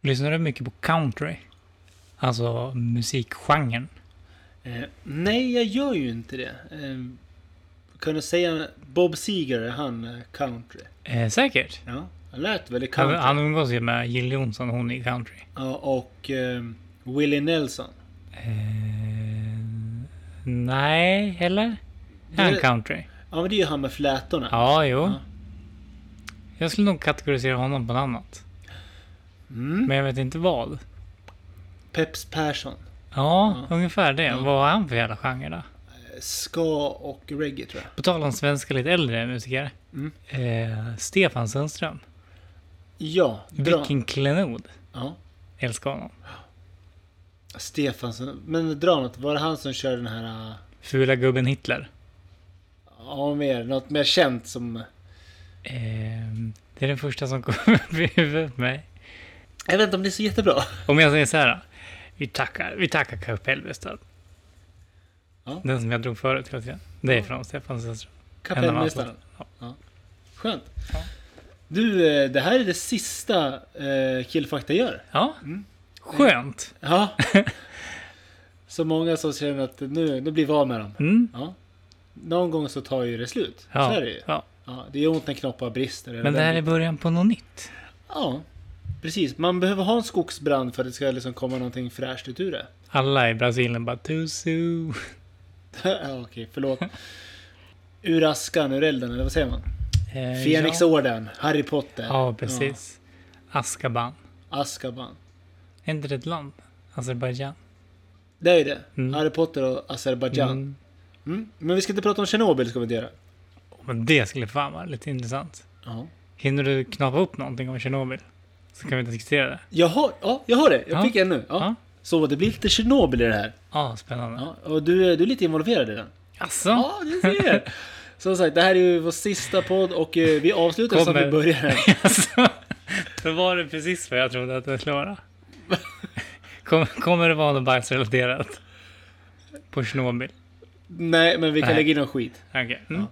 Lyssnar du mycket på country? Alltså musikgenren? Eh, nej, jag gör ju inte det. Eh, kan du säga Bob Seger, är han eh, country? Eh, säkert. Ja, han lät väldigt Han, country. han umgås ju med Jill Johnson, hon är country. Ja, och eh, Willie Nelson. Eh, nej, eller? Är han Det- country? Ja, men det är ju han med flätorna. Ja, jo. Ja. Jag skulle nog kategorisera honom på något annat. Mm. Men jag vet inte vad. Peps Persson. Ja, Ja. ungefär det. Ja. Vad är han för jävla genre då? Eh, Ska och reggae tror jag. På tal om svenska lite äldre musiker. Mm. Eh, Stefan Sundström. Ja, bra. Vilken klenod. Ja. Älskar honom. Stefansson. Men dra något. Var det han som körde den här... eh, Fula gubben Hitler. Ja, mer. Något mer känt som... Eh, det är den första som kommer upp i huvudet på mig. Jag vet inte om det är så jättebra. Om jag säger så här. då. Vi tackar, vi tackar Kapellmästaren. Ja. Den som jag drog förut hela tiden. Det är från Stefan Sundström. Kapellmästaren. Ja. Ja. Skönt. Ja. Du, eh, det här är det sista eh, Killfakta gör. Ja. Mm. Skönt. Ja. så många som känner att nu, nu blir vi av med dem. Mm. Ja. Någon gång så tar ju det slut. Ja. Så är det ju. ja. Ja, det är ont när knoppar brister. Men det här är början på något nytt. Ja, precis. Man behöver ha en skogsbrand för att det ska liksom komma någonting fräscht ut ur det. Alla i Brasilien bara tusu. ja, okej, förlåt. Ur askan, ur elden, eller vad säger man? Eh, ja. Fenixorden, Harry Potter, ja, precis. Askaban. Azkaban. Är inte det ett land? Azerbajdzjan. Det är ju det. Mm. Harry Potter och Azerbajdzjan. Mm. Men vi ska inte prata om Tjernobyl, ska vi inte göra. Men det skulle fan vara lite intressant. Ja. Hinner du knappa upp någonting om Tjernobyl? Så kan vi diskutera det. Jag har, ja, jag har det. Jag Ja. fick en nu. Ja. Ja. Så det blir lite Tjernobyl i det här. Ja, spännande. Ja. Och du, är- du är lite involverad i den. Alltså, Ja, det ser jag. Som sagt, det här är ju vår sista podd och eh, vi avslutar som Kommer. vi började. alltså. Då var det precis vad jag trodde att det skulle vara. Kommer, kommer det vara något bajsrelaterat? På Tjernobyl? Nej, men vi kan Nej. lägga in någon skit. Okej. Mm.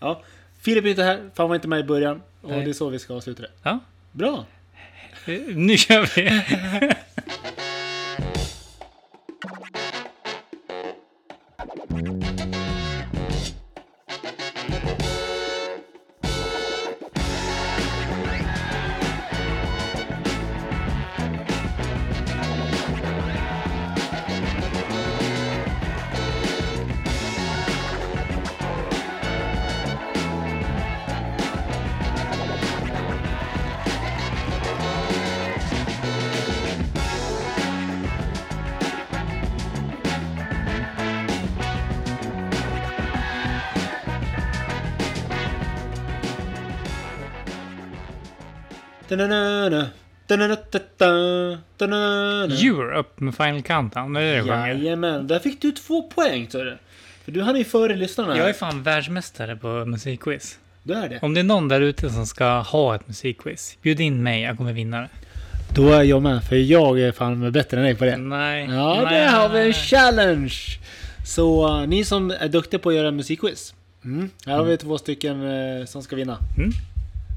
Ja. Filip är inte här, för han var inte med i början. Och Nej. det är så vi ska avsluta det. Ja. Bra! Eh, Nu kör vi! Da-na-na-na. Da-na-na-ta-ta. Da-na-na-na. Europe med Final Countdown, det är det du sjunger. Jajamän, där fick du två poäng tror du. För du hann ju före lyssnarna. Jag är fan världsmästare på musikquiz. Du är det. Om det är någon där ute som ska ha ett musikquiz, bjud in mig, jag kommer vinna det. Då är jag med, för jag är fan bättre än dig på det. Nej. Ja, nej. där har vi en challenge! Så eh, ni som är duktiga på att göra musikquiz. Mm. Här har vi två stycken eh, som ska vinna. Mm.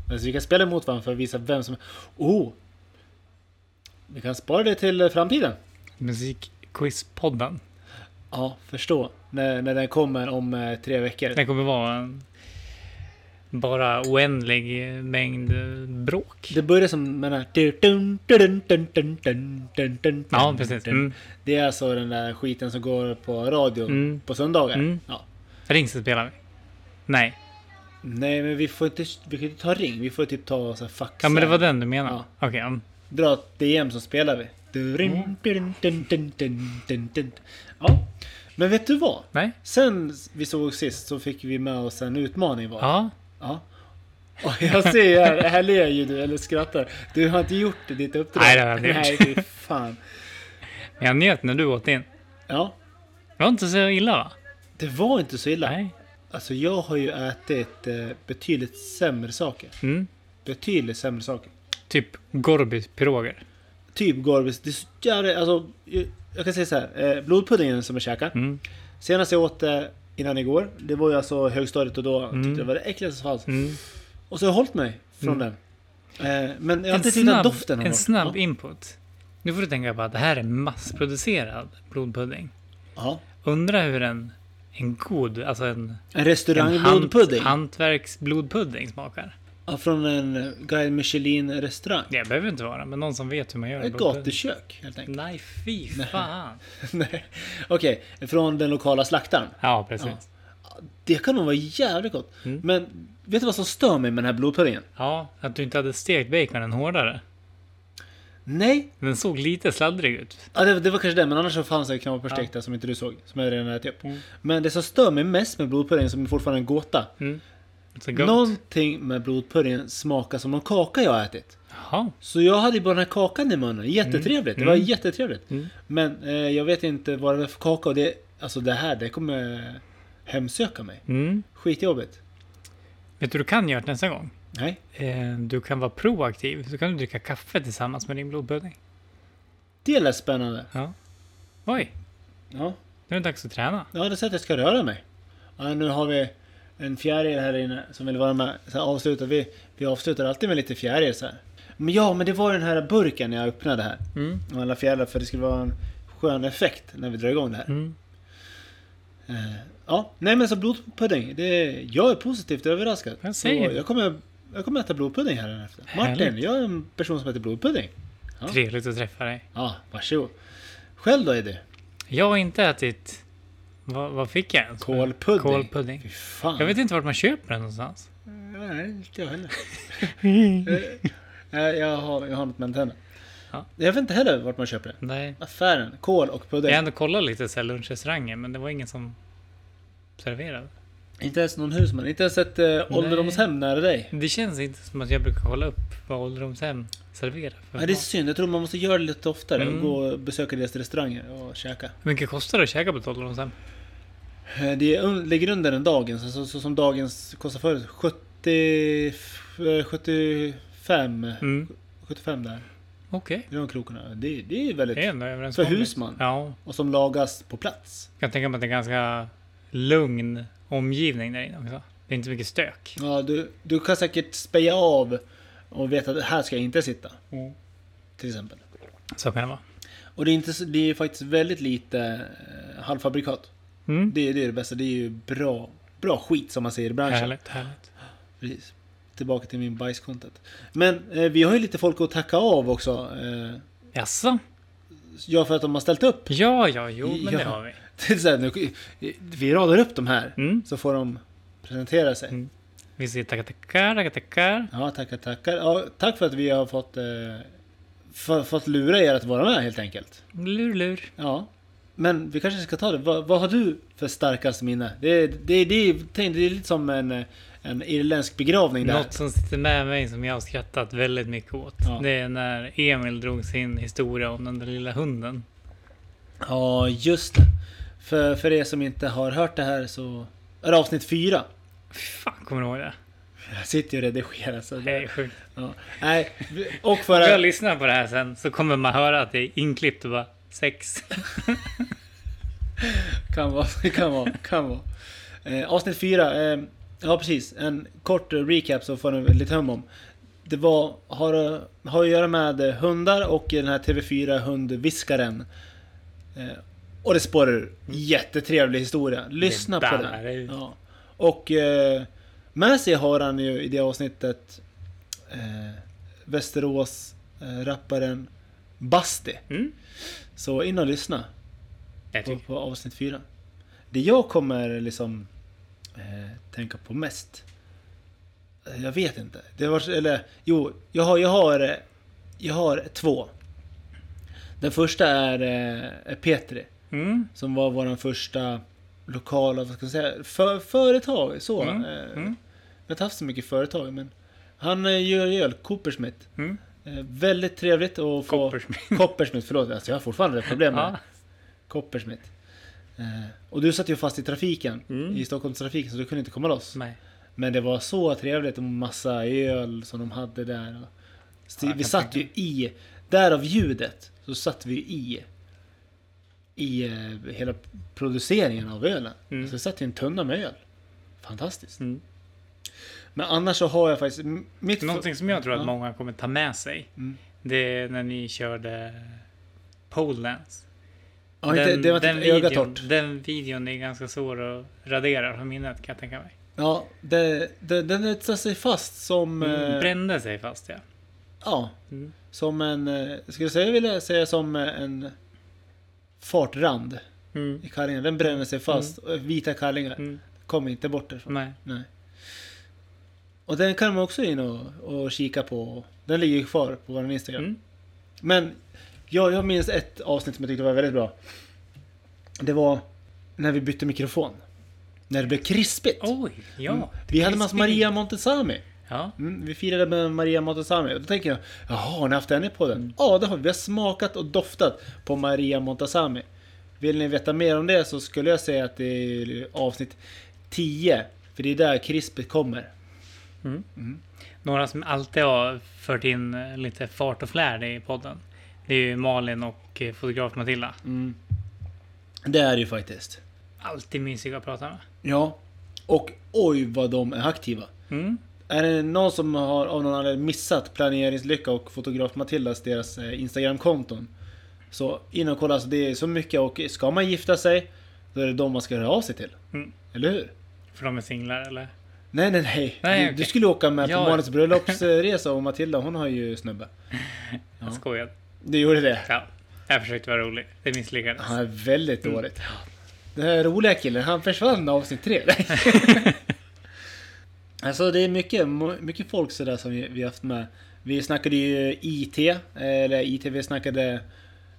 Men Så vi kan spela emot varandra för att visa vem som... Oh! Vi kan spara det till eh, framtiden. Musikquizpodden. Ja, förstå. När, när den kommer om eh, tre veckor. Det kommer vara en bara oändlig eh, mängd eh, bråk. Det börjar som med den här... du- dun, du- dun, dun, dun, dun, dun, dun, Ja, dun, precis. dun. Mm. Det är alltså den där skiten som går på radio Mm. på söndagar. Mm. Ja. Ring så spelar vi. Nej. Nej, men vi får inte, vi kan inte ta ring. Vi får typ ta så här fax. Ja, men det var den du menade. Ja. Okej. mm. Dra ett DM så spelar vi. Dun, dun, dun, dun, dun, dun, dun. Ja. Men vet du vad? Nej. Sen vi såg sist så fick vi med oss en utmaning var. Ja. Ja. Och jag ser här, här ler ju du eller skrattar. Du har inte gjort ditt uppdrag. Nej, det har jag inte Nej, gjort. fy fan. Men jag njöt när du åt in. Ja, Det var inte så illa va? det var inte så illa. Nej. Alltså jag har ju ätit eh, betydligt sämre saker. Mm. Betydligt sämre saker. Typ Gorbys piroger. Typ Gorbis. Det är så jävla, alltså, jag- jag kan säga så här. Eh, blodpuddingen som jag käkade. Mm. Senast jag åt det innan igår. Det var ju alltså högstadiet och då Mm. tyckte jag det var det äckligaste som fanns. Mm. Och så har jag hållit mig från den. Eh, men jag har En inte tyckt att snabb- doften har En varit- snabb Ja. input. Nu får du tänka på att det här är massproducerad blodpudding. Ja. Undra hur en, en god, alltså en, En en restaurangblodpudding. hantverksblodpudding smakar. Ja, från en eh, Guide Michelin-restaurang. Det behöver inte vara, men någon som vet hur man gör en Ett blodpudding. gatukök helt enkelt. Nej, fy fan. Nej. Okej, från den lokala slaktaren. Ja, precis. Det kan nog vara jävligt gott. Mm. Men vet du vad som stör mig med den här blodpuddingen? Ja, att du inte hade stekt baconen hårdare. Nej, Den såg lite sladdrig ut. ja, det, det var kanske det. Men annars så fanns det knaperstekt där som inte du såg. Som jag redan ätit upp. Mm. Men det som stör mig mest med blodpuddingen som fortfarande är en gåta. Så gott. Någonting med blodpuddingen smakar som någon kaka jag har ätit. Jaha. Så jag hade ju bara den här kakan i munnen. Jättetrevligt. Det var Mm. jättetrevligt. Mm. Men eh, jag vet inte vad det var för kaka. Och det, alltså det här, det kommer hemsöka mig. Mm. Skitjobbigt. Vet du vad du kan göra till nästa gång? Nej. Eh, Du kan vara proaktiv. Så kan du dricka kaffe tillsammans med din blodpudding. Det lät spännande. Ja. Oj, Ja. nu är det dags att träna. Ja, det är så att jag ska röra mig. Ja, nu har vi en fjäril här inne som vill vara med. Så här avslutar vi, vi avslutar alltid med lite fjäril så här. Men ja, men det var den här burken jag öppnade här. Mm. Och alla fjärilar för det skulle vara en skön effekt när vi drar igång det här. Mm. Eh, ja, nej men så blodpudding. Det, jag är positivt överraskad. Jag säger Så det. jag kommer, jag kommer äta blodpudding här efter. Martin, Härligt. jag är en person som äter blodpudding. Ja. Trevligt att träffa dig. Ja, varsågod. Själv då Eddie? Jag har inte ätit... Vad, vad fick jag ens? Kålpudding. Kålpudding. Fy fan. Jag vet inte vart man köper den någonstans. Nej, inte jag heller. Eh, Nej, jag har, jag har något med antennen. Ja. Jag vet inte heller vart man köper det. Nej. Affären, kol och pudding. Jag har ändå kollat lite så här lunchrestauranger, men det var ingen som serverade. Inte ens någon husman. Inte ens ett eh, ålderdomshem nära dig. Det känns inte som att jag brukar kolla upp vad ålderdomshem serverar. För Nej, det är mat. synd. Jag tror man måste göra det lite oftare. Mm. Och gå och besöka deras restauranger och käka. Hur mycket kostar det att käka på ett ålderdomshem? Eh, Det är, un- ligger under den dagens. Alltså, så som dagens kostar förut. 70... eh, 75. Mm. 75 där. Okej. I de krokarna. Det, det är ju väldigt... Det är ändå överenskommet. husman? Ja. Och som lagas på plats. Jag kan tänka mig att det är ganska lugn omgivning där inne också. Det är inte mycket stök. Ja, du, du kan säkert speja av och veta att här ska jag inte sitta. Mm. Till exempel. Så kan det vara. Och det är, inte, så- det är faktiskt väldigt lite eh, halvfabrikat. Mm. Det, är- det är det bästa. Det är ju bra, bra skit som man säger i branschen. Härligt, härligt. Precis. Tillbaka till min bajskontent. Men eh, vi har ju lite folk att tacka av också. Eh, Jaså? ja, för att de har ställt upp. Ja, ja, jo, men Ja. det har vi. Det är så här, nu, eh, vi radar upp de här. Mm. Så får de presentera sig. Mm. Vi säger tackar, tackar, tackar, tackar. Ja, tackar, tackar. Ja, tack för att vi har fått, eh, få- fått lura er att vara med helt enkelt. Lur, lur. Ja. Men vi kanske ska ta det. Vad, vad har du för starkast minne? Det, det, det, det, det är lite som en, eh, en irländsk begravning där. Något som sitter med mig som jag har skrattat väldigt mycket åt. Ja. Det är när Emil drog sin historia om den där lilla hunden. Ja, just det. För, för er som inte har hört det här så är det avsnitt fyra. Fy fan, kommer du ihåg det? Jag sitter ju och redigerar. Så Det det, är sjukt. ja. Nej, vi- och för Om jag att... lyssnar på det här sen så kommer man höra att det är inklippt och bara sex. Kan vara, kan vara, kan vara. Eh, avsnitt fyra. Eh, ja, precis. En kort eh, recap så får ni lite hum om. Det var, har, eh, har att göra med eh, hundar och den här TV4 hundviskaren. Eh, och det spårar ur. Jättetrevlig historia. Lyssna Det på där är den. ju- Ja. Och eh, med sig har han ju i det avsnittet eh, Västerås eh, rapparen Basti. Mm. Så in och lyssna Jag på, tycker. på avsnitt fyra. Det jag kommer liksom eh, tänka på mest. eh, Jag vet inte. Det var, eller jo, jag har, jag har, eh, jag har två. Den första är eh, Petri. Mm. Som var våran första lokala, vad ska man säga, för, företag. Så. Mm, Eh, mm. Jag har inte haft så mycket företag men. Han eh, gör öl, Coopersmith. Mm. Eh, väldigt trevligt att få... Coppersmith. Coppersmith, förlåt. Alltså jag har fortfarande problem med det. Ja. Coppersmith. Eh, och du satt ju fast i trafiken. Mm. I Stockholmstrafiken så du kunde inte komma loss. Nej. Men det var så trevligt och massa öl som de hade där. och- Så Ja, jag vi kan satt ju tänka i, därav ljudet, så satt vi ju i i eh, hela produceringen av ölen. Mm. Så vi satt i en tunna med öl. Fantastiskt. Mm. Men annars så har jag faktiskt... m- Mitt Någonting som jag tror att Ja. många kommer ta med sig. Mm. Det är när ni körde pole dance. ja, inte, det var inte ett öga videon, torrt. den videon är ganska svår att radera från minnet kan jag tänka mig. Ja, det, det, den etsade sig fast som... Mm, eh, Brände sig fast ja. Ja. Mm. Som en... eh, Skulle jag säga, vilja säga som eh, en fartrand Mm. i kallingen. Den bränner sig fast. och Vita kallingar. Mm. Kommer inte bort därifrån. Nej. Nej. Och den kan man också in och, och kika på. Den ligger ju kvar på vår Instagram. Mm. Men jag, jag minns ett avsnitt som jag tyckte var väldigt bra. Det var när vi bytte mikrofon. När det blev krispigt. Oj, ja. Mm. det Vi hade finns med oss bild. Maria Montesami. Ja. Mm, vi firade med Maria Montazami och då tänker jag, jaha har ni haft henne på den? Ja det har vi, vi har smakat och doftat på Maria Montazami. Vill ni veta mer om det så skulle jag säga att det är avsnitt 10. För det är där krispet kommer. Några som alltid har fört in eh, lite fart och flärd i podden. Det är ju Malin och eh, fotograf Matilda. Det är det ju faktiskt. Alltid mysiga att prata med. Ja. Och oj vad de är aktiva. Mm. Är det någon som har av någon anledning missat Planeringslycka och Fotograf Matildas deras eh, Instagram-konton Så in och kolla, alltså det är så mycket och ska man gifta sig Då är det de man ska höra av sig till. Mm. Eller hur? För de är singlar eller? Nej nej nej! Nej, du, okej. du skulle åka med Ja. på Malins bröllopsresa och Matilda hon har ju snubbe. Jag skojade. Du gjorde det? Ja. Jag försökte vara rolig. Det misslyckades. Han är väldigt dåligt. Den här roliga killen, han försvann av sin tre. alltså det är mycket, mycket folk sådär som vi, vi haft med. Vi snackade ju IT, eh, eller IT, vi snackade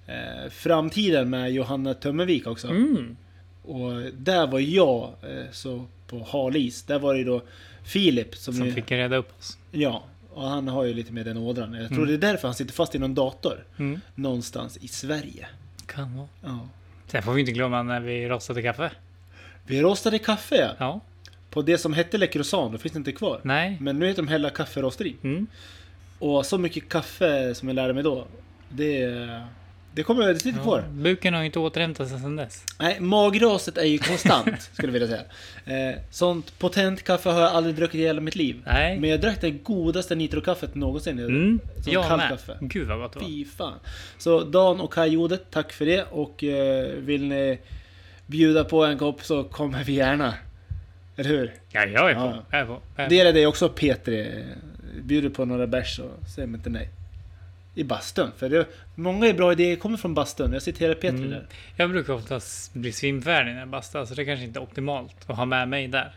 eh, framtiden med Johanna Tömmervik också. Mm. Och där var jag eh, så på hal is. Där var det ju då Filip som, Som ju, fick rädda upp oss. Ja, och han har ju lite mer den ådran. Jag tror det är därför han sitter fast i någon dator. Mm. Någonstans i Sverige. Kan vara. Ja. Sen får vi inte glömma när vi rostade kaffe. Vi rostade kaffe ja. Ja. På det som hette Le Croissant, då finns det inte kvar. Nej. Men nu heter de Hella Kafferosteri. Mm. Och så mycket kaffe som jag lärde mig då. Det, det kommer jag sitta kvar. Ja. Buken har ju inte återhämtat sig sedan dess. Nej, magraset är ju konstant, skulle jag vilja säga. Eh, sånt potent kaffe har jag aldrig druckit i hela mitt liv. Nej. Men jag drack det godaste nitrokaffet någonsin. Mm. Som Jag kallt med. kaffe. Gud vad gott det var. Fy fan. Så Dan och Kaj Jode, tack för det. Och eh, vill ni bjuda på en kopp så kommer vi gärna. Eller hur? Ja, jag är på. Ja. Jag är på. Jag är på. Det gäller dig också Petri. Bjuder på några bärs så säger man inte nej. I bastun. För det, många bra idéer kommer från bastun. Jag citerar Petri Mm. där. Jag brukar oftast bli svimfärdig när jag bastar, så det kanske inte är optimalt att ha med mig där.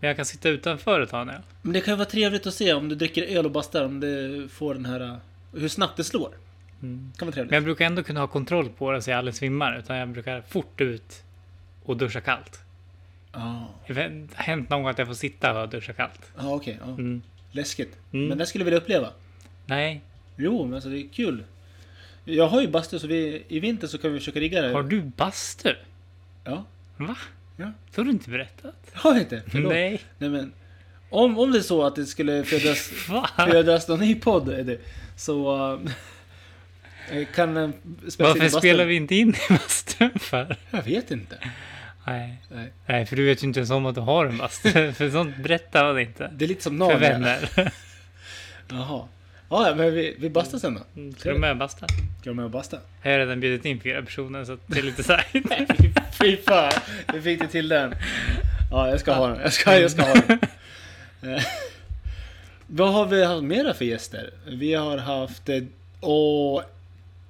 Men jag kan sitta utanför och ta en öl. Men det kan ju vara trevligt att se om du dricker öl och bastar. Om du får den här... eh, Hur snabbt det slår. Mm. Det kan vara trevligt. Men jag brukar ändå kunna ha kontroll på det så jag aldrig svimmar, utan jag brukar fort ut och duscha kallt. Ah. Det har hänt någon gång att jag får sitta och duscha kallt. Ja, okej. ja. Mm. Läskigt. Mm. Men det skulle jag vilja uppleva. Nej, Jo, men alltså det är kul. Jag har ju bastu så vi, i vinter så kan vi försöka rigga det. har du bastu? Ja. Va? Ja. Det har du inte berättat? Har jag inte? Förlåt. Nej. Nej. men. Om, om det är så att det skulle födas Va? födas någon ny podd Eddie, så eh, kan den spelas in i Varför bastun. spelar vi inte in i bastun för? Jag vet inte. Nej. Nej. Nej, för du vet ju inte ens om att du har en bastu. För sånt berättar man inte. Det är lite som För Narnia. vänner. Jaha. Ja, ja, men vi, vi bastar sen då. Mm, Ska du med och basta? Ska du med och basta? Jag har redan bjudit in fyra personer så att det är lite så här. Fy fan, vi fick det till den. Ja, jag ska ha den. Jag ska, jag ska ha den. Eh, Vad har vi haft mera för gäster? Vi har haft eh, åh,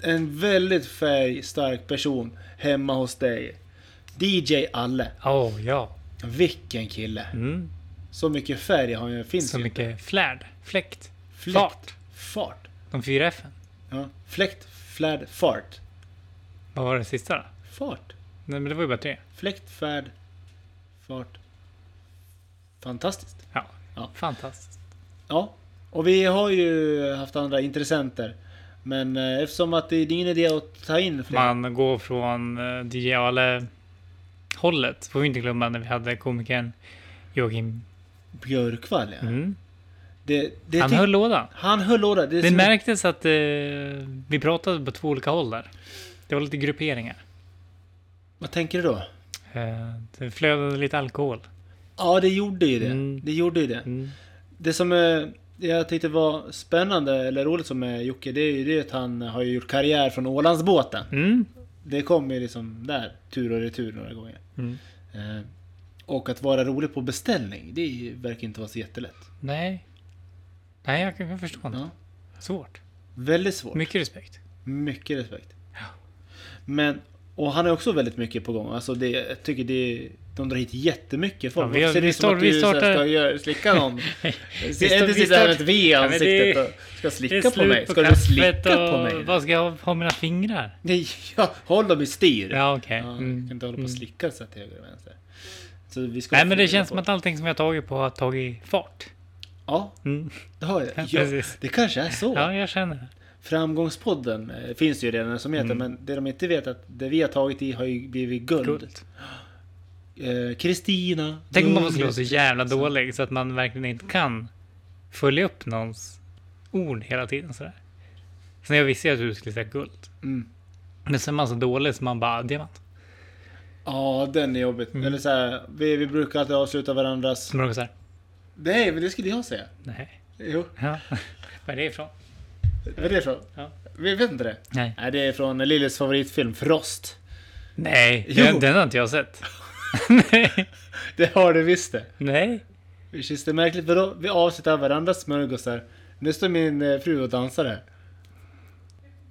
en väldigt färgstark person hemma hos dig. DJ Alle. Åh ja. Vilken kille. Mm. Så mycket färg har jag, finns Så ju. mycket flärd, fläkt, Fläkt. fart. Fart. De fyra F. Ja. Fläkt, flärd, fart. Vad var det sista då? Fart. Nej men det var ju bara tre. Fläkt, färd, fart. Fantastiskt. Ja. Ja. Fantastiskt. Ja, och vi har ju haft andra intressenter. Men eh, eftersom att det är ingen idé att ta in fler. Man går från eh, DJ Ale hållet. Får vi inte glömma när vi hade komikern Joakim. Björkvall ja. Mm. Det, det Han tyck- höll lådan. han höll låda. Det, är Det som- märktes att eh, vi pratade på två olika håll där. Det var lite grupperingar. Vad tänker du då? Eh, det flödade lite alkohol. Ja, det gjorde ju det. Mm. Det gjorde ju det. Mm. Det som eh, jag tyckte var spännande, eller roligt som med Jocke, det är ju det att han har ju gjort karriär från Ålandsbåten. Mm. Det kom ju liksom där, tur och retur några gånger. Mm. Eh, Och att vara rolig på beställning, det är ju- verkar inte vara så jättelätt. Nej. Nej, jag kan jag förstå det. Ja. Svårt. Väldigt svårt. Mycket respekt. Mycket respekt. Men, och han är också väldigt mycket på gång. Alltså det, jag tycker det, de drar hit jättemycket folk. Ja, vi har- Så det vi är som start- att vi du så här startar- ska göra, slicka någon. Vi Se, start- Eddie vi sitter här med ett start- V i Ja, men det- ansiktet och ska slicka på slut mig. Ska du kaffet slicka och på mig? Vad ska jag ha mina fingrar? Nej, ja, håll dem i styr. Ja, okej. Ja, Mm. du kan inte hålla på och slicka så här till höger och vänster. Så vi ska Nej, men det fundera känns på- som att allting som jag tagit på har tagit fart. Ja, Mm. det har jag. Ja, precis. det kanske är så. Ja, jag känner det. Framgångspodden eh, finns ju redan som Mm. heter, men det de inte vet är att det vi har tagit i har ju blivit guld. Coolt. Eh, Kristina. Tänk om man Gun- skulle vara så jävla Alltså. dålig så att man verkligen inte kan följa upp någons ord hela tiden sådär. Sen jag visste ju att du skulle säga guld. Mm. Men sen är man så dålig så man bara diamant. Ja, den är jobbigt. Mm. Eller så här, vi, vi brukar alltid avsluta varandras... Så man såhär, Nej, men det skulle jag säga. nej. Jo, Ja. Vad är det ifrån? vad är det från? Ja. Vi vet inte det. Nej. Nej, det är från Lilles favoritfilm Frost. Nej, Jo. den, den har inte jag sett. nej. Det har du visst det. nej. Det känns det märkligt? För då, vi avslutar varandras smörgåsar. Nu står min eh, fru och dansar här.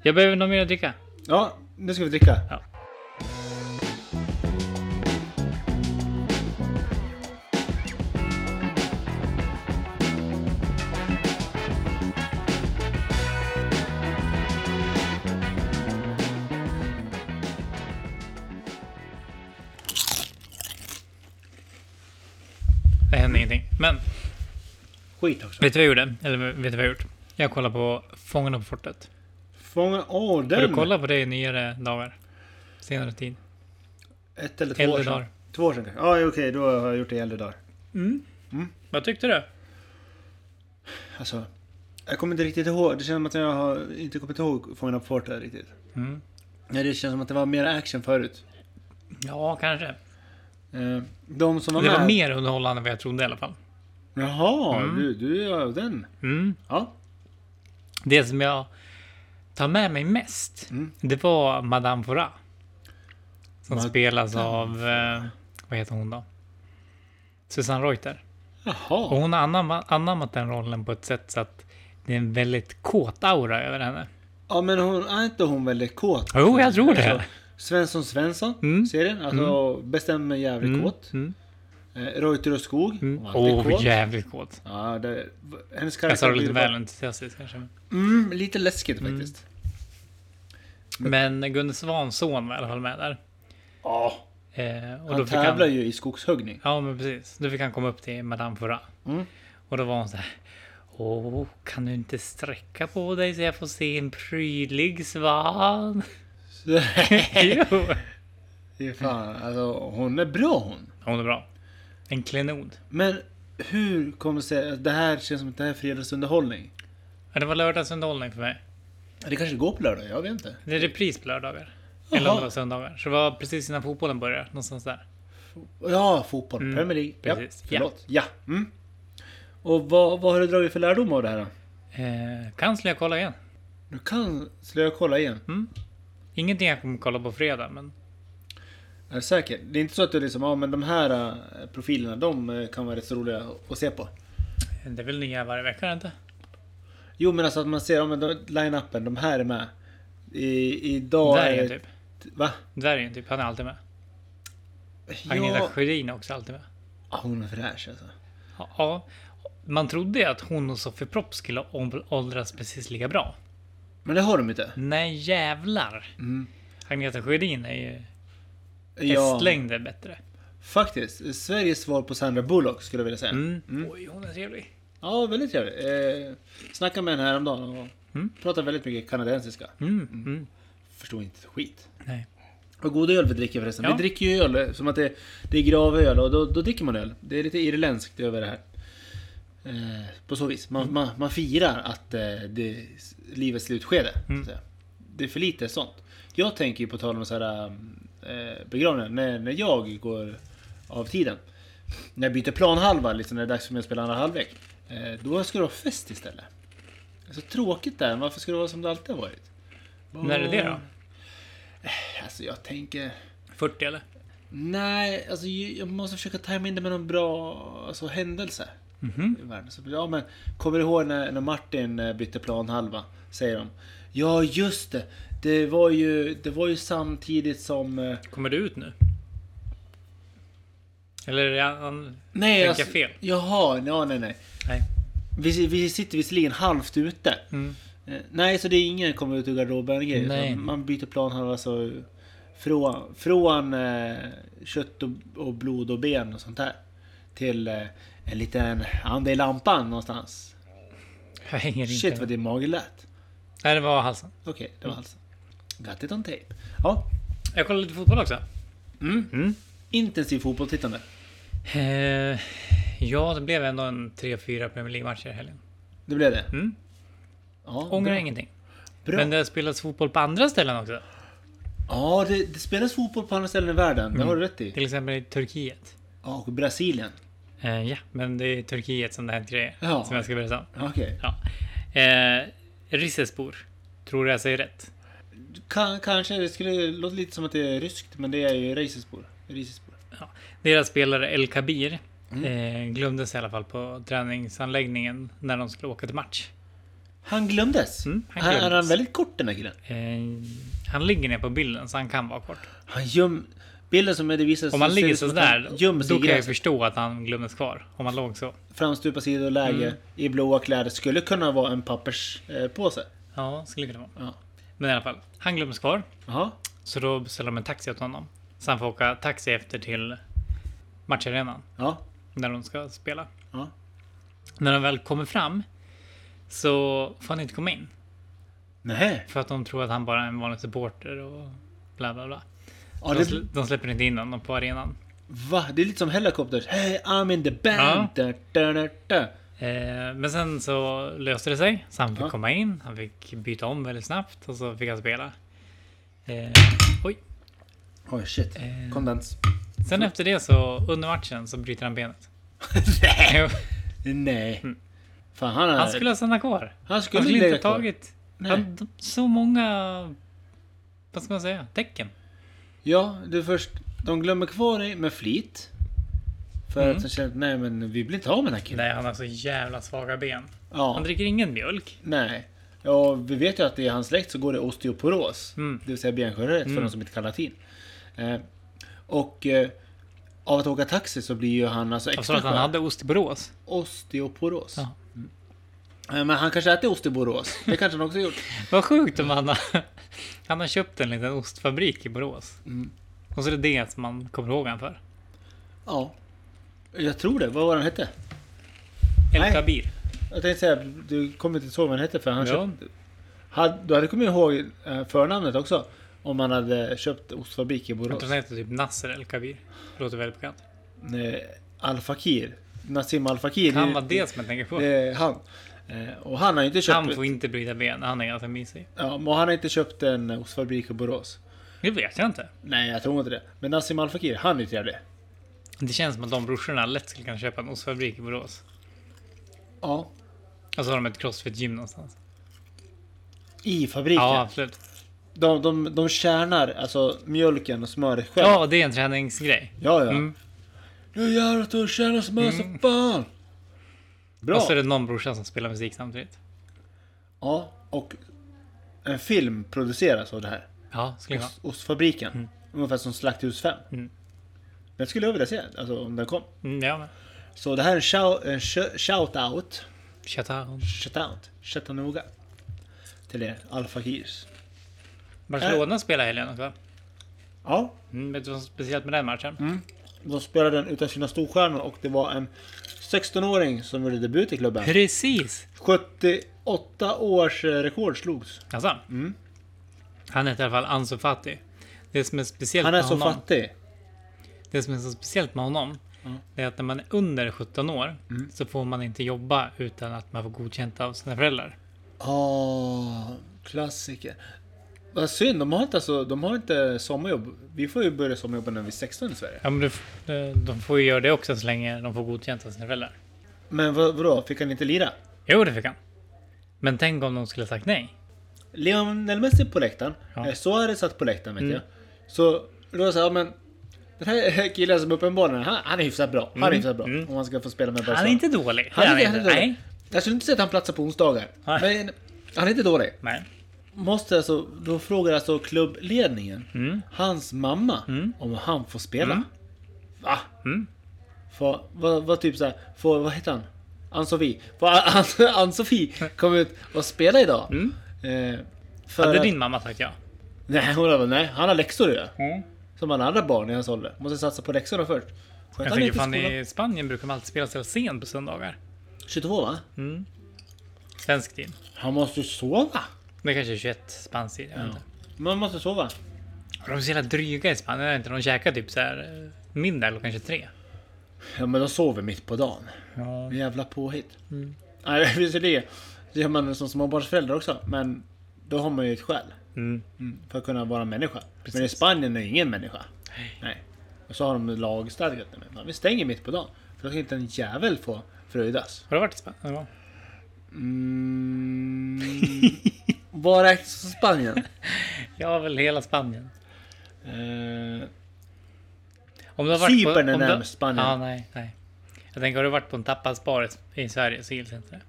Jag behöver något mer att dricka. Ja, nu ska vi dricka. Ja. Det hände ingenting. Men Skit också. vet du vad jag gjorde? Eller vet du vad jag gjort? Jag kollade på Fångarna på fortet. Fånga... Åh, Har du den! kollat på det i nyare dagar? Senare tid? Ett eller två år Äldre sedan. dagar? Två år sedan kanske. Ja, okej, då har jag gjort det i äldre dagar. Mm. Mm. Vad tyckte du? Alltså, jag kommer inte riktigt ihåg. Det känns som att jag har inte kommit ihåg Fångarna på fortet riktigt. Mm. Nej, det känns som att det var mer action förut. Ja, kanske. Eh, De som var Det med... var mer Mm. underhållande än vad jag trodde i alla fall. Jaha, du, du är av den. Mm. Ja. Det som jag tar med mig mest, Mm. det var Madame Fora. Som Madame spelas av, eh, vad heter hon då? Susanne Reuter. Och Jaha. hon har anamma- anammat den rollen på ett sätt så att det är en väldigt kåt aura över henne. Ja, men hon, är inte hon väldigt kåt? Jo, jag tror det. Alltså, Svensson Svensson, Mm. serien. Alltså, bestämmer jävligt kåt. Mm. Eh, Reuter och Skog. hon var alltid Åh, Mm. kåt. jävligt kåt. Ja, det, v- hennes Jag sa karaktär det lite blir bara- väl entusiastiskt kanske. men- Mm, lite läskigt faktiskt. Men Gunde Svans son var i alla fall med där. Ja, Eh, och då han fick tävlar han, ju i skogshuggning. Ja, men precis. Då fick han komma upp till Madame Fora. Mm. Och då var hon så här. Åh, kan du inte sträcka på dig så jag får se en prydlig svan? jo! Det är fan, alltså, hon är bra hon. Hon är bra. En klenod. Men hur kommer det sig att det här känns som att det här är fredagsunderhållning? Ja, det var lördagsunderhållning för mig. Det kanske går på lördag, jag vet inte. Det är repris på lördagar. Eller om det var söndagar. Så det var precis innan fotbollen började. Någonstans där. Ja, fotboll. Premier League. Mm, precis. Ja, förlåt. Ja. Mm. Och vad, vad har du dragit för lärdom av det här då? Eh, kan skulle jag kolla igen. Nu kan... Skulle jag kolla igen? Ingenting jag kommer kolla på fredag, men... Är du säker? Det är inte så att du liksom, ja men de här eh, profilerna, de eh, kan vara rätt så roliga att se på. Det är väl nya varje vecka, är det inte? Jo men alltså att man ser, ja men de- line-upen, de här är med. I, idag Dvärgen, det- typ. Va? Dvärgen, typ. Han är alltid med. Agneta Ja. Sjödin är också alltid med. Ah, Hon är fräsch alltså. Ja, man trodde ju att hon och Sofie Propp skulle om- åldras precis lika bra. Men det har de inte. Nej jävlar! Mm. Agneta Sjödin är ju Ja. hästlängder bättre. Faktiskt. Sveriges svar på Sandra Bullock skulle jag vilja säga. Mm. Oj, hon är trevlig. Ja, väldigt trevlig. Eh, snackade med henne häromdagen och pratade väldigt mycket kanadensiska. Mm. Mm. Förstod inte ett skit. Nej. Vad god öl vi dricker förresten. Ja. Vi dricker ju öl som att det, det är gravöl och då, då dricker man öl. Det är lite irländskt över det här. Eh, på så vis. Man, man, man firar att eh, det är s- livets slutskede. Så Mm. att säga. Det är för lite sånt. Jag tänker ju på tal om så här, eh, begravningar. När, när jag går av tiden. När jag byter planhalva, liksom när det är dags för mig att spela andra halvlek. Eh, Då ska det vara fest istället. Så tråkigt där. Varför ska det vara som det alltid har varit? När är det då? Eh, Alltså jag tänker... 40 eller? Nej, alltså ju- jag måste försöka tajma in det med någon bra alltså, händelse. Mhm. i världen. Så, ja, men, kommer du ihåg när, när Martin eh, bytte planhalva? Säger de. Ja, just det. Det var ju, det var ju samtidigt som... eh, Kommer du ut nu? Eller är det an... Nej, Tänker jag fel? alltså, Jaha, ja, nej, nej. Nej. Vi, vi sitter visserligen halvt ute. Mm. Eh, Nej, så det är ingen kommer ut ur garderoben grejer. Nej. utan Man byter planhalva så... Från, från eh, kött och, och blod och ben och sånt där. Till eh, en liten ande i lampan någonstans. Jag hänger inte Mm. Shit med. vad din mage lät. Nej, det var halsen. Okej, det var halsen. Got it on tape. Ja, Jag kollade lite fotboll också. Mm. Mm. intensiv fotbollstittande. Eh, ja, det blev ändå en 3-4 Premier League-matcher i helgen. Det blev det. Mm. Ja, Ångrar bra. ingenting. Bra. Men det har spelats fotboll på andra ställen också. Ja, det, det spelas fotboll på andra ställen i världen. Mm. Det har du rätt i. Till exempel i Turkiet. Ja, och Brasilien. Eh, ja, men det är i Turkiet som det hänt grejer. Ja. Som jag ska berätta om. Okej. Ja. Eh, Rizespor. Tror jag säger rätt. Ka- kanske, det skulle låta lite som att det är ryskt, men det är ju racerspår. racerspår. Deras spelare El Kabir Mm. eh, glömdes i alla fall på träningsanläggningen när de skulle åka till match. Han glömdes. Mm, han han glömdes. Han, glömdes. han är väldigt kort den här killen. Eh, han ligger ner på bilden så han kan vara kort. Han göm... Bilden som är det visar Om han ligger sådär, gömmer sig då i kan jag gräset. förstå att han glömdes kvar. Om han låg så. Framstupa sidoläge Mm. i blåa kläder. Skulle kunna vara en papperspåse. Ja, skulle kunna vara. Ja. Men i alla fall, han glömdes kvar. Jaha. Så då beställer de en taxi åt honom. Så han får åka taxi efter till matcharenan. Ja. När de ska spela. Ja. När de väl kommer fram så får han inte komma in. Nej. För att de tror att han bara är en vanlig supporter och bla bla bla. Ja, de, det, sl- de släpper inte in honom på arenan. va? Det är lite som Hellacopters. Hey, I'm in the band. Ja. Da, da, da, da. Eh, men sen så löste det sig. Så han fick Ja. komma in. Han fick byta om väldigt snabbt och så fick han spela. Eh, oj. Oj, shit. Eh. Kondens. Sen efter det så under matchen så bryter han benet. Jo, Nej. Fan, han, är, Mm. han skulle ha stannat kvar. han Han skulle inte lägga ha kvar. tagit. Nej. Han, de- så många... Vad ska man säga? Tecken. Ja, du först. De glömmer kvar dig med flit. För Mm. att de känner att nej men vi vill inte ha med den här killen. Nej, han har så jävla svaga ben. Han Ja, dricker ingen mjölk. nej. Ja, vi vet ju att i hans släkt så går det osteoporos. Mm. Det vill säga benskörhet för Mm. de som inte kan latin. Eh, och eh, av att åka taxi så blir ju han alltså Jag sa extra att han skör. hade osteoporos. Osteoporos. Ja. Mm. Eh, Men han kanske äter ost i Borås. Det kanske han också gjort. Vad sjukt om han har, han har köpt en liten ostfabrik i Borås. Mm. Och så är det det som man kommer ihåg han för. Ja. Jag tror det. Vad var den hette? Nej. El Kabir. Jag tänkte säga, du kommer inte ihåg vad den hette för han Ja. köpte... Had, du hade kommit ihåg eh, förnamnet också. Om han hade köpt ostfabrik i Jag Borås. tror han heter typ Nasser El Kabir. Låter väldigt bekant. Eh, Al Fakir. Nassim Al Fakir. Han var det som jag tänker på. Det är han. Eh, Och han har ju inte köpt... Han får inte bryta ben. Han är ganska mysig. Ja, men han har inte köpt en ostfabrik i Borås. Det vet jag inte. Nej, jag tror inte det. Men Nassim Al Fakir, han är ju trevlig. Det känns som att de brorsorna lätt skulle kunna köpa en ostfabrik i Borås. Ja. Och så har de ett crossfit-gym någonstans. I fabriken. Ja, absolut. De, de, de kärnar alltså mjölken och smöret själv. Ja, det är en träningsgrej. ja. ja. Mm. Nu jävlar att du kärnar smör som fan! Bra! Och så är det någon brorsa som spelar musik samtidigt. Ja, och en film produceras av det här. Ja, skulle jag ha. Ost, ostfabriken. Ungefär som Slakthus 5. Mm. Den skulle jag vilja se, alltså om den kom. Mm, ja, men. Så det här är en, shout, en sh- shout-out. Shut Äh. up. Shout-out. Chattanooga. Till er, Alfa Kirs. Barcelona spelar i helgen också. Ja, Mm, vet du vad som är speciellt med den matchen? de spelade den utan sina storstjärnor och det var en 16-åring som gjorde debut i klubben. Precis! 78 års eh, rekord slogs. Alltså. Mm. Han heter i alla fall Ansu Fati. Det som är speciellt Han är med så honom, fattig. Det som är så speciellt med honom. Ja. Det är att när man är under 17 år Mm. så får man inte jobba utan att man får godkänt av sina föräldrar. Åh, Ah, klassiker. Vad synd, de har, inte alltså, de har inte sommarjobb. Vi får ju börja sommarjobba när vi är 16 i Sverige. eh, Ja, men du, f- de får ju göra det också så länge de får godkänt av sina föräldrar. Men vad, vadå, fick han inte lira? Jo, det fick han. Men tänk om de skulle sagt nej. Lionel Messi på läktaren. Ja. Mm. Ja. Suarez satt på läktaren vet jag. Så då sa jag, men den här killen som uppenbarligen, han, han är hyfsat bra. Han är hyfsat bra. Om man ska få spela med Barcelona. Mm. Han är inte dålig. Han är, Det inte- han är inte Nej. dålig. Jag skulle inte säga att han platsar på onsdagar. Nej. Men han är inte dålig. Nej. Måste alltså, då frågar alltså klubbledningen Mm. hans mamma om han får spela. Va? Mm. Får, vad, vad typ såhär, får, vad heter han? Ann-Sofie. Får Ann- Ann-Sofie komma ut och spela idag? Eh, för Mm. Hade att- din mamma sagt ja? Nej, hon har, nej, Mm. han har läxor att göra. Mm. Som alla andra barn i hans ålder. Måste satsa på läxorna först. Sköt Jag han tycker inte fan skolan? i Spanien brukar de alltid spela så sent på söndagar. 22 va? Svensk tid. Han måste sova. Det kanske är 21 spansk tid. Jag vet inte. Man måste sova. De är så jävla dryga i Spanien. är det inte? De käkar typ så här eh, middag eller kanske tre. Ja men de sover mitt på dagen. Ja. Jävla påhitt. Nej, visserligen. Det gör man som småbarnsförälder också. Men då har man ju ett skäl. Mm. Mm, För att kunna vara människa. Men i Spanien är ingen människa. Nej. Och så har de lagstadgat. Nej, men fan, Vi stänger mitt på dagen. För då kan inte en jävel få fröjdas. Har du varit i Spanien? Ja. Mm. Var räknas Spanien? Ja, väl hela Spanien. Eh, Om du har Cypern är om du- närmast Spanien. Ja, nej, nej. Jag tänker, har du varit på en tapasbar i- i Sverige så gills inte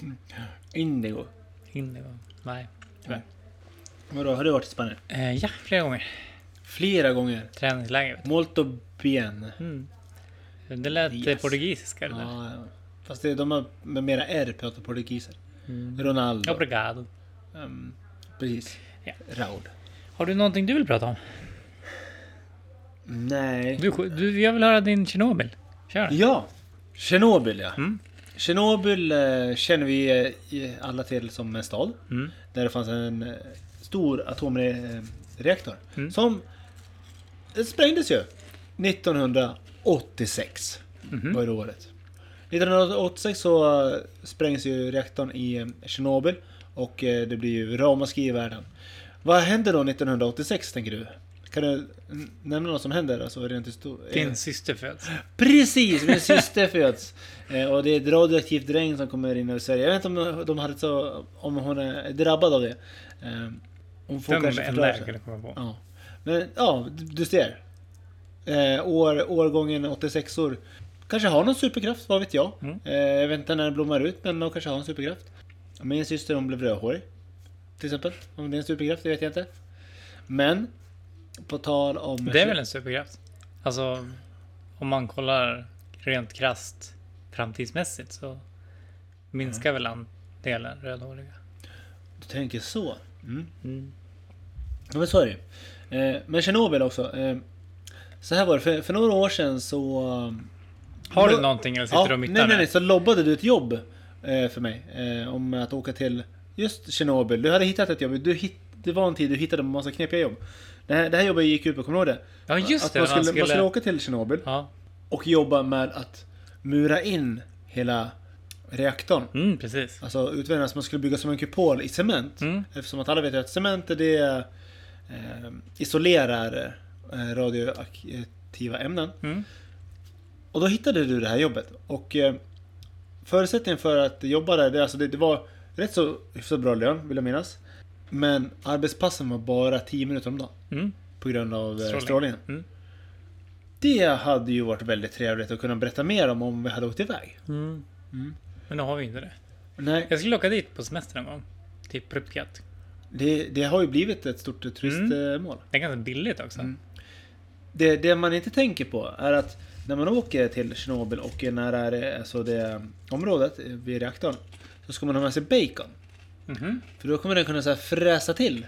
det. Indigo. Indigo. Nej. Vadå, har du varit i Spanien? Eh, ja, flera gånger. Flera gånger. Träningsläger. vet Molto bien. du. Det lät eh, Yes. portugisiska det där. Ja, ja. fast det, de har med mera R pratar portugiser. Mm. Ronaldo. Obrigado. Ehm, precis. Ja. Raul. Har du någonting du vill prata om? Nej. Du, du, jag vill höra din Tjernobyl. Kör. Ja. Tjernobyl ja. Tjernobyl eh, känner vi eh, i- alla till som en stad. Mm. Där det fanns en eh, stor atomreaktor. Som det sprängdes ju. 1986 var det året. 1986 så eh, sprängs ju reaktorn i eh, Tjernobyl. Och eh, det blir ju ramaskri i världen. Vad händer då 1986 tänker du? Kan du n- nämna något som händer? Alltså, rent histor- Din syster föds. Precis, min syster föds. Eh, och det är ett radioaktivt regn som kommer in över Sverige. Jag vet inte om, de hade så, om hon är drabbad av det. Eh, hon får Den var kanske det enda förklara jag sig. kunde komma på. Ja. Men ja, du- du ser. Eh, år, årgången 86 år. Kanske har någon superkraft, vad vet jag. Mm. Eh, jag vet inte när den blommar ut, men de kanske har en superkraft. Min syster hon blev rödhårig. Till exempel. Om det är en superkraft, det vet jag inte. Men, på tal om... Det är väl en superkraft? Alltså, om man kollar rent krasst framtidsmässigt så minskar Mm. väl andelen rödhåriga. Du tänker så. Mm. Ja, men så är det ju. eh, Men Tjernobyl också. Eh, så här var det, för, för några år sedan så... Har du Lo- någonting eller sitter Ja, du och nej, mittar nej, där? nej, så lobbade du ett jobb eh, för mig. Eh, om att åka till just Tjernobyl. Du hade hittat ett jobb. Du hitt, det var en tid du hittade en massa knepiga jobb. Det här, det här jobbet gick ut på, kommer du ihåg det? Ja just att det, man skulle, man skulle... man skulle åka till Tjernobyl Ja, och jobba med att mura in hela reaktorn. mm, precis. Alltså utvändigt, alltså man skulle bygga som en kupol i cement. Mm. Eftersom att alla vet ju att cement är det eh, isolerar eh, radioaktiva ämnen. Mm. Och då hittade du det här jobbet. Och eh, förutsättningen för att jobba där, det, alltså det, det var rätt så hyfsat bra lön vill jag minnas. Men arbetspassen var bara 10 minuter om dagen Mm. på grund av strålning. Strålning. strålningen. Mm. Det hade ju varit väldigt trevligt att kunna berätta mer om om vi hade åkt iväg. Mm. Men nu har vi inte det. Nej, Jag skulle åka dit på semester någon gång. Typ Till Pripyat. det, det har ju blivit ett stort eh, turistmål. Det är ganska billigt också. Mm. Det, det man inte tänker på är att när man åker till Tjernobyl och är nära det, alltså det området eh, vid reaktorn så ska man ha med sig bacon. Mhm. För då kommer den kunna så här fräsa till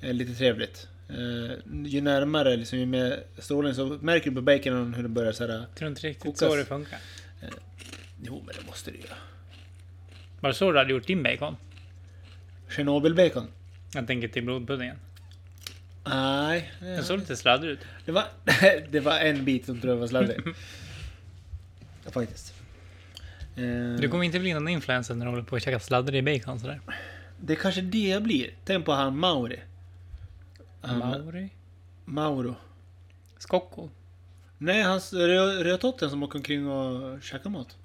eh, lite trevligt. Eh, ju närmare, liksom, ju mer strålning så märker du på baconen hur den börjar så här. Tror inte riktigt Kokas. så det funkar. Jo men det måste du göra. Var det så du hade gjort din bacon? Tjernobyl-bacon? Jag tänker till blodpuddingen. Nej. Den såg lite sladdrig ut. Det var, det var en bit som tror jag var sladdrig. Ja, Faktiskt. Eh, Du kommer inte bli någon influencer när du håller på och käkar sladdrig bacon sådär. Det är kanske det jag blir. Tänk på han Mauri. Han- Mauri? Mauro. Skocko? Nej, hans rö- rödtotten som åker omkring och käkar mat.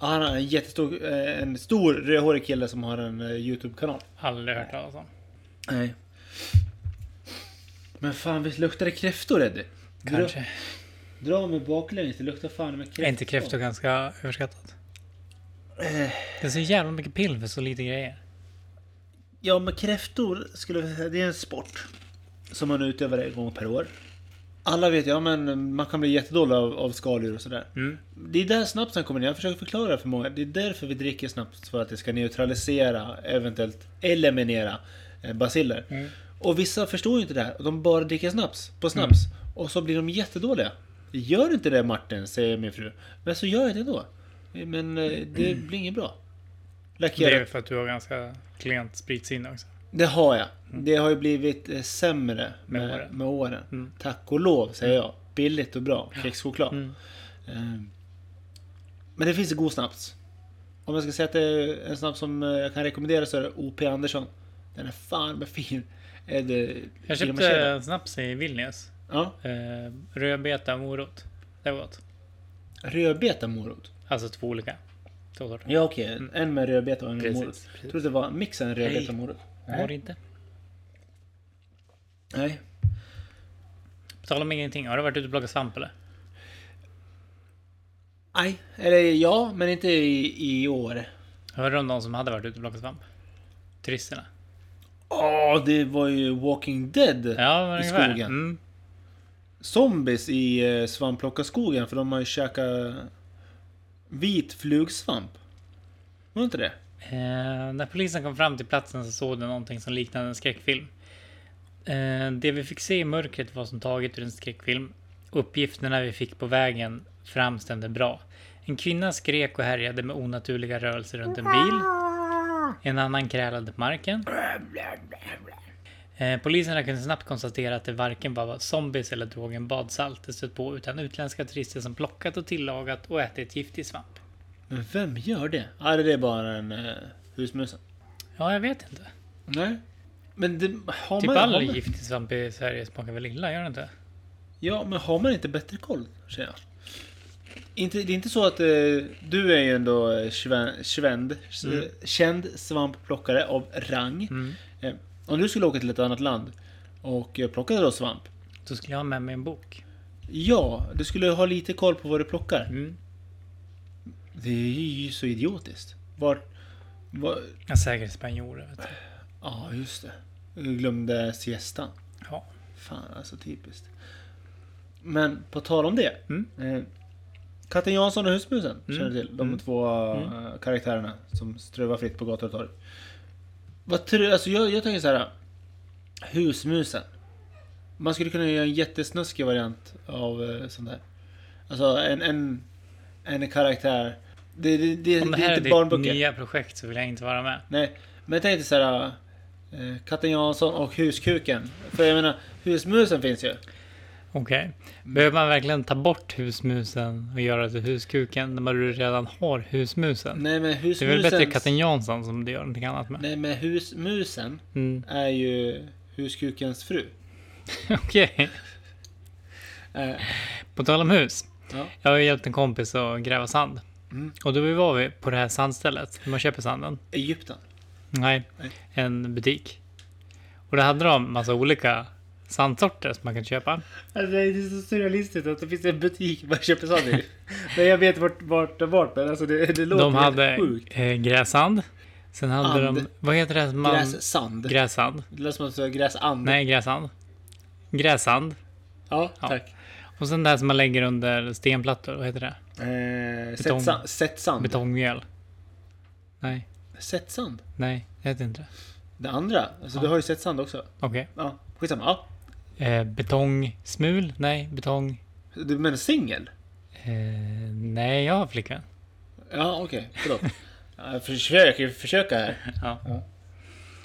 Ja, Han är en jättestor, eh, en stor rödhårig kille som har en eh, YouTube-kanal. Aldrig hört talas om. Nej. Men fan visst luktar det kräftor Eddie? Kanske. Dra, dra mig baklänges, det luktar fan med kräftor. Eh. Är inte kräftor ganska överskattat? Det är så jävla mycket pill för så lite grejer. Ja men kräftor skulle jag säga, det är en sport. Som man utövar en gång per år. Alla vet ju, ja men man kan bli jättedålig av, av skaldjur och sådär. Mm. Det är där snapsen kommer in. Jag försöker förklara för många. Det är därför vi dricker snaps. För att det ska neutralisera, eventuellt eliminera eh, basiller. Mm. Och vissa förstår ju inte det här. och De bara dricker snaps på snaps. Mm. Och så blir de jättedåliga. Gör inte det Martin, säger min fru. Men så gör jag det då. Men eh, det blir inget bra. Mm. Det Lackera är för att du har ganska klent spritsinne också. det har jag. Det har ju blivit eh, sämre med, Mm. Med med åren. åren. Mm. Tack och lov säger jag. Billigt och bra. Kexchoklad. Mm. Eh, Men det finns god snaps. Om jag ska säga att det är en snaps som eh, jag kan rekommendera så är det OP Andersson. Den är fan vad fin. Är det Jag Kilimanjaro? köpte snaps i Vilnius. Ja, Eh, rödbeta och morot. Det var gott. rödbeta morot. Alltså två olika. Två sorter. Ja okej, en med rödbeta och en med Precis, morot. precis. Jag trodde det var mixen rödbeta och morot. Var det inte? Nej. På tal om ingenting. Har du varit ute och plockat svamp eller? Nej, eller ja, men inte i, i år. Hörde du om någon som hade varit ute och plockat svamp? Turisterna? Åh, det var ju Walking Dead. Ja, I ungefär. skogen. Mm. Zombies i eh, svampplockarskogen för de har ju käkat vit flugsvamp. Var det inte det? Eh, när polisen kom fram till platsen så såg de någonting som liknade en skräckfilm. Eh, det vi fick se i mörkret var som taget ur en skräckfilm. Uppgifterna vi fick på vägen fram stämde bra. En kvinna skrek och härjade med onaturliga rörelser runt en bil. En annan krälade på marken. Eh, poliserna kunde snabbt konstatera att det varken var zombies eller drogen badsalt de stött på utan utländska turister som plockat och tillagat och ätit giftig svamp. Men vem gör det? Ja, det är bara en eh, husmusen. Ja, jag vet inte. Nej. Men det, har, Typ man, har, all man, giftig svamp i Sverige smakar väl illa, gör det inte? ja, men har man inte bättre koll? Säger jag. Inte, det är inte så att eh, du är ju ändå eh, sven, svänd, s- Mm. känd svampplockare av rang. Mm. Eh, om du skulle åka till ett annat land och eh, plocka då svamp. Då skulle jag ha med mig en bok. Ja, du skulle ha lite koll på vad du plockar. Mm. Det är ju så idiotiskt. Var... var En säkerhetspanjor, vet du. ja, just det. Jag glömde siestan. Ja. Fan, alltså typiskt. Men på tal om det. Mm. Eh, Katten Jansson och husmusen känner du till. De Mm. två eh, karaktärerna som strövar fritt på gator och torg. Vad tror du? Alltså jag, jag tänker så här. Husmusen. Man skulle kunna göra en jättesnuskig variant av eh, sånt där. Alltså en, en, en karaktär. Det, det, det, Om det det här är är inte ditt barnböcker. nya projekt så vill jag inte vara med. Nej, men jag tänkte så här. eh, Katten Jansson och huskuken. För jag menar, husmusen finns ju. Okej. Behöver man verkligen ta bort husmusen och göra det till huskuken när man redan har husmusen? Nej men Det är väl husmusen... bättre katten Jansson som du gör någonting annat med? Nej men husmusen Mm. är ju huskukens fru. Okej. Eh, På tal om hus. Ja. Jag har ju hjälpt en kompis att gräva sand. Mm. Och då var vi på det här sandstället. Man köper sanden. Egypten. Nej, Nej. en butik. Och där hade de massa olika sandsorter som man kan köpa. Alltså, det är så surrealistiskt att det finns en butik man köper sand i. men jag vet vart, vart det var, men alltså det, det låter De helt hade sjukt. eh, gräsand. Sen hade And. de... Vad heter det? som Man, Grässand. Gräsand. det lät som att du sa gräsand. Nej, gräsand. Gräsand. Ja, Ja. tack. Och sen det här som man lägger under stenplattor. Vad heter det? Eh, Betong. Sättsand. Sättsand. Betongmjöl. Nej, Sättsand. nej, det heter inte det. Det andra. Alltså Ja. du har ju sättsand också. Okej. Ja, skitsamma. Ja. Eh, betongsmul? Nej, betong... Du menar singel? Eh, nej, jag har flickvän. Ja, okej. Förlåt. Ja, Jag försöker försöka här.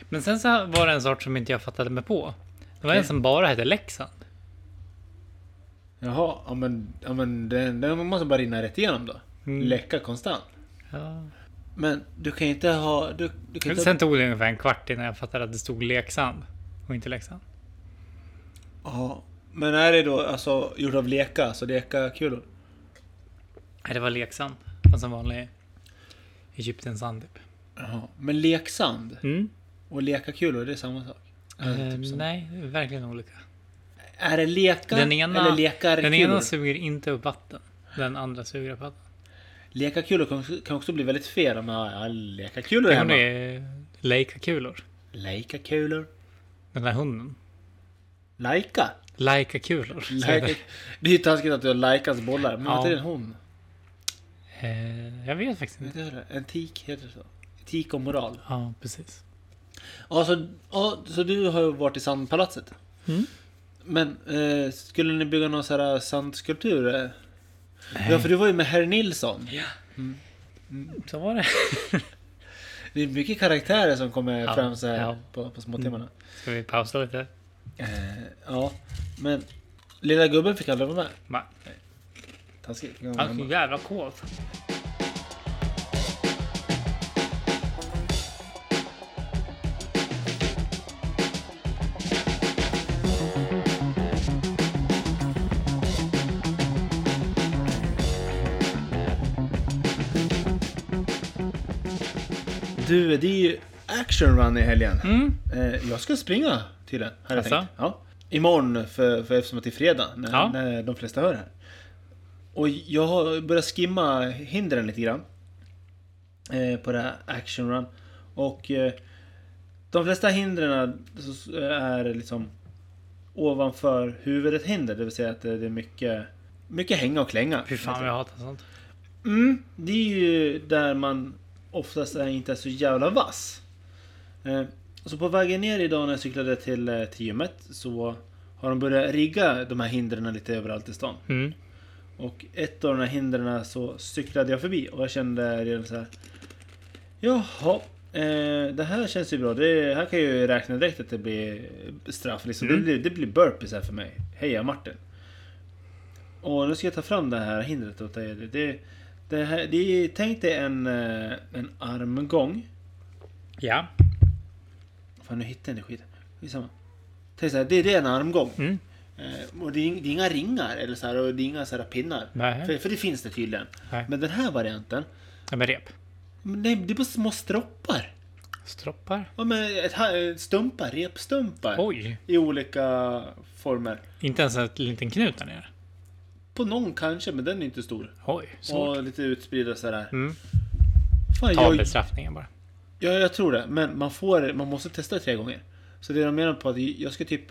Men sen så var det en sort som inte jag fattade mig på. Det var en Okej. som bara hette Leksand. Jaha, ja men, ja, men den, den måste bara rinna rätt igenom då. Mm. Läcka konstant. Ja. Men du kan ju inte ha... Du, du kan Men inte Sen tog det ungefär en kvart innan jag fattade att det stod Leksand och inte Leksand. Ja. Men är det då alltså gjort av leka, alltså leka kulor? Nej, det var Leksand. Alltså en vanlig Egyptens sand. Typ. Jaha. Men leksand Mm. och lekakulor, det är samma sak? Eller Eh, typ samma- nej, det är verkligen olika. Är det lekar Den ena- eller lekarkulor? Den ena suger inte upp vatten. Den andra suger upp vatten. Lekarkulor kan också, kan också bli väldigt fel om jag har lekarkulor Tänk om hemma. det är Leica-kulor. Lekarkulor? Den där hunden. Lajka? Leica-kulor. Lajka. Det är ju taskigt att du har Lajkas bollar. Men Ja. ja. inte det en hon? Eh, jag vet faktiskt inte. Vet du vad det är? Etik heter det så. Etik och moral. Ja, precis. Ja, så, ja, så du har ju varit i Sandpalatset? Mm. Men eh, skulle ni bygga någon sån här sandskulptur? eh? Ja, Nej. för du var ju med herr Nilsson. Så var det. Det är mycket karaktärer som kommer Ja, fram så här ja. Mm. på, på småtimmarna. Ska vi pausa lite? Eh, ja, men lilla gubben fick aldrig vara med. Nej. Taskigt. Fick han vara Han är så hemma. jävla kåt. Du, det är ju action run i helgen. Mm. Eh, jag ska springa till den, har jag Jaså? tänkt. Ja. Imorgon, för, för eftersom att det är fredag, när, Ja. när de flesta hör det här. Och jag har börjat skimma hindren lite grann. Eh, på det här action run. Och eh, de flesta hindren så- är liksom ovanför huvudet hinder. Det vill säga att det det är mycket, mycket hänga och klänga. Fy fan vad jag hatar sånt. Mm, det är ju där man oftast är inte är så jävla vass. Eh, så på vägen ner idag när jag cyklade till, eh, till gymmet så har de börjat rigga de här hindren lite överallt i stan. Mm. Och ett av de här hindren så cyklade jag förbi och jag kände redan så här. Jaha, eh, det här känns ju bra. Det här kan jag ju räkna direkt att det blir straff. Liksom. Mm. Det, blir, det blir burpees här för mig. Heja Martin! Och nu ska jag ta fram det här hindret åt dig. Det, det, det här, det är, tänk dig en, eh, en armgång. Ja. Fan nu hittade jag inte skiten. Skitsamma. Tänk så här, det, det är en armgång. Mm. Eh, och det är, det är inga ringar eller så här, och det är inga så här pinnar. Nej. För, för det finns det tydligen. Nej. Men den här varianten, Ja, men rep. men nej, det är bara små stroppar. Stroppar. Ja, men ett, ha- eh, stumpar, repstumpar. Oj. I olika former. Inte ens en liten knut där nere. På någon kanske, men den är inte stor. Oj. Svårt. Och lite utspridda sådär. Mm. Fan, Ta jag, bestraffningen bara. jag, jag tror det. Men man, får, man måste testa tre gånger. Så det de menar på att jag ska typ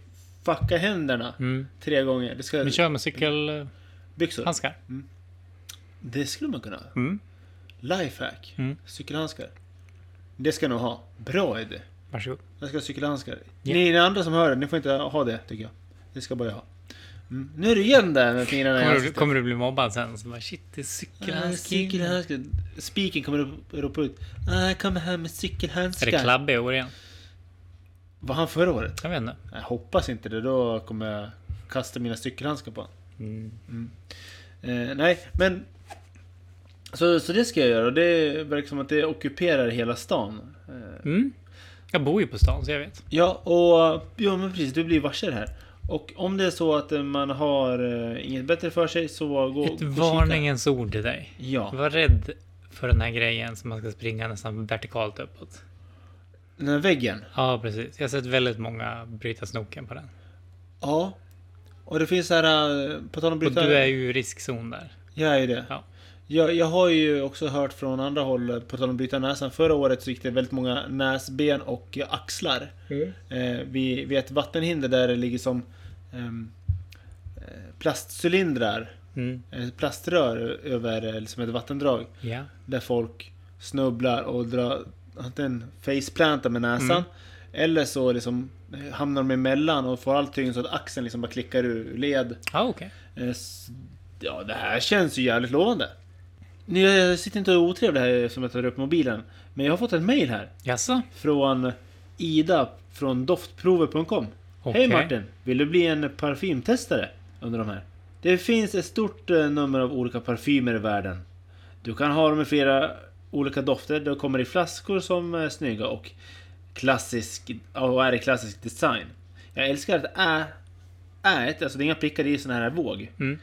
fucka händerna Mm. tre gånger. Det ska, Vi kör med eh, cykelhandskar. byxor. Det skulle man kunna. Mm. Lifehack. Mm. Cykelhandskar. Det ska jag nog ha. Bra idé. Varsågod. Jag ska ha cykelhandskar. Ja. Ni, ni andra som hör det, ni får inte ha det tycker jag. Det ska bara jag ha. Mm. Nu är det igen där med fingrarna i Kommer du, ansiktet. kommer du bli mobbad sen? Så bara, shit, det är Mm. Ah, cykelhandskar. cykelhandskar. Spiken kommer upp- ropa ut. Ah, jag kommer här med cykelhandskar. Är det klabb i år igen? Var han förra året? Jag vet inte. Jag hoppas inte det. Då kommer jag kasta mina cykelhandskar på honom. Mm. Eh, nej, men... Så, så det ska jag göra. Och det verkar som att det ockuperar hela stan. Eh, Mm. Jag bor ju på stan så jag vet. Ja, och ja, men precis. Du blir varse det här. Och om det är så att eh, man har eh, inget bättre för sig så gå gå och Ett kika. varningens ord till dig. Ja. Var rädd för den här grejen som man ska springa nästan vertikalt uppåt. Den här väggen. Ja, precis. Jag har sett väldigt många bryta snoken på den. Ja. Och det finns så här, eh, på tal om Och bryta... du är ju i riskzon där. Jag är ju det. Ja. Jag, jag har ju också hört från andra håll, eh, på tal om bryta näsan. Förra året så gick det väldigt många näsben och eh, axlar. Eh, vid, vid ett vattenhinder där det ligger som ehm, eh, plastcylindrar, Mm. eh, plaströr över eh, liksom ett vattendrag. Ja. där folk snubblar och drar antingen faceplantar med näsan Mm. eller så liksom eh, hamnar de emellan och får all tyngd så att axeln liksom bara klickar ur led. Ja, Ah, okej. Eh, s- Ja, det här känns ju jävligt lovande. Nu, Jag sitter inte och är otrevlig här som jag tar upp mobilen, men jag har fått ett mail här Jaså? från Ida från doftprover.com. Okej. Hej Martin! Vill du bli en parfymtestare? Under de här. Det finns ett stort eh, nummer av olika parfymer i världen. Du kan ha dem i flera olika dofter. De kommer i flaskor som är snygga och klassisk, ja, och är i klassisk design. Jag älskar att ä, ät, alltså det är inga prickar i såna här våg. Mm.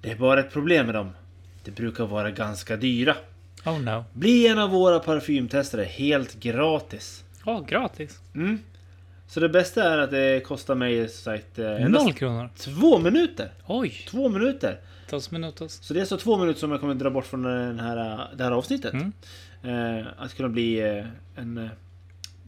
Det är bara ett problem med dem. De brukar vara ganska dyra. Oh no. Bli en av våra parfymtestare helt gratis. Ja, gratis. Mm. Så det bästa är att det kostar mig som sagt eh, endast Noll kronor. två minuter. Oj! Två minuter. Dos minutos. Så det är alltså två minuter som jag kommer dra bort från den här, det här avsnittet. Mm. Eh, att kunna bli eh, en eh,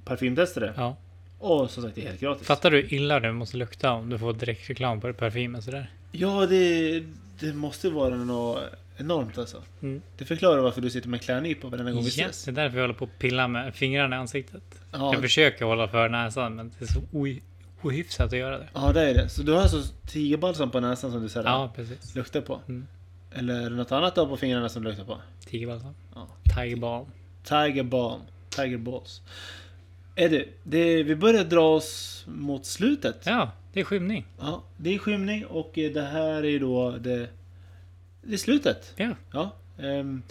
parfymtestare. Ja. Och som sagt, det är helt gratis. Fattar du hur illa du måste lukta om du får direktreklam på parfymen sådär? Ja, det, det måste vara något enormt alltså. Mm. Det förklarar varför du sitter med klädnypa varenda gång vi Ja, ses. det är därför jag håller på att pilla med fingrarna i ansiktet. Ja, Jag försöker hålla för näsan men det är så ohy- ohyfsat att göra det. ja, det är det. Så du har alltså tigerbalsam på näsan som du så här, Ja, precis. luktar på? Mm. Eller är det något annat du har på fingrarna som du luktar på? Tigerbalsam. Ja. Tigerbalm. Tiger balm. Tiger balls. Är det, det, vi börjar dra oss mot slutet. Ja, det är skymning. Ja, det är skymning och eh, det här är ju då det, det är slutet. Ja. Ja. ehm,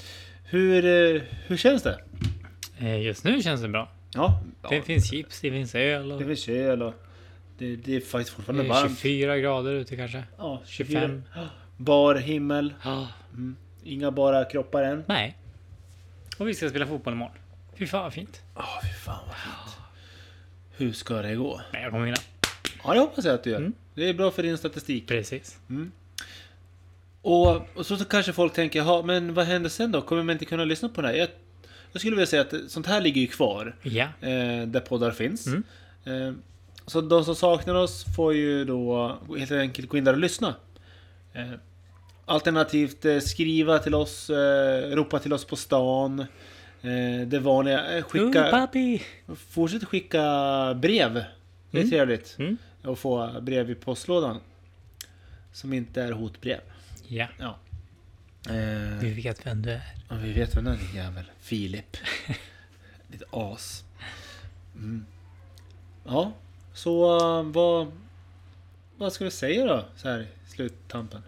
hur, eh, hur känns det? Eh, Just nu känns det bra. Ja, Det finns chips, det finns öl och det finns kyl och det, det är faktiskt det fortfarande är varmt. 24 grader ute kanske. Ja, 25. Ja, Bar himmel. Ja. Mm. Inga bara kroppar än. Nej. Och vi ska spela fotboll imorgon. Fy fan vad fint. Åh, fy fan vad fint. Hur ska det gå? Nej, jag kommer vinna. Ja, det hoppas jag att du gör. Mm. Det är bra för din statistik. Precis. Och, och så, så kanske folk tänker, ja, men vad händer sen då? Kommer man inte kunna lyssna på det här? Jag, jag skulle vilja säga att sånt här ligger ju kvar. Ja. eh, där poddar finns. Mm. Eh, så de som saknar oss får ju då helt enkelt gå in där och lyssna. Eh, alternativt eh, skriva till oss, eh, ropa till oss på stan. Eh, det vanliga. Oj, Eh, skicka, papi. fortsätt skicka brev. Det är Mm. trevligt. Mm. Att få brev i postlådan. Som inte är hotbrev. Ja. Ja. Eh, Du vet vem du är. Ja, vi vet vem den är, jävel. Filip. Ditt as. Mm. Ja, så eh, vad... Vad ska vi säga då? Så här i sluttampen.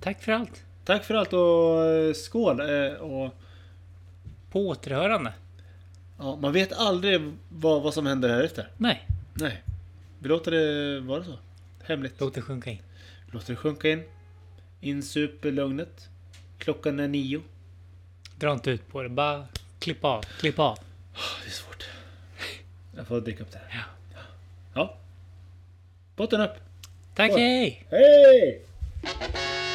Tack för allt. Tack för allt och eh, skål! eh, Och, På återhörande. ja, man vet aldrig vad, vad som händer här efter. Nej. Nej. Vi låter det vara så. Hemligt. Låt det sjunka in. Vi låter det sjunka in. Insup lugnet. Klockan är nio. Dra inte ut på det. Bara klipp av. Klipp av. Det är svårt. Jag får dricka upp det här. Ja. ja. Botten upp! Tack, Oj. hej! Hey!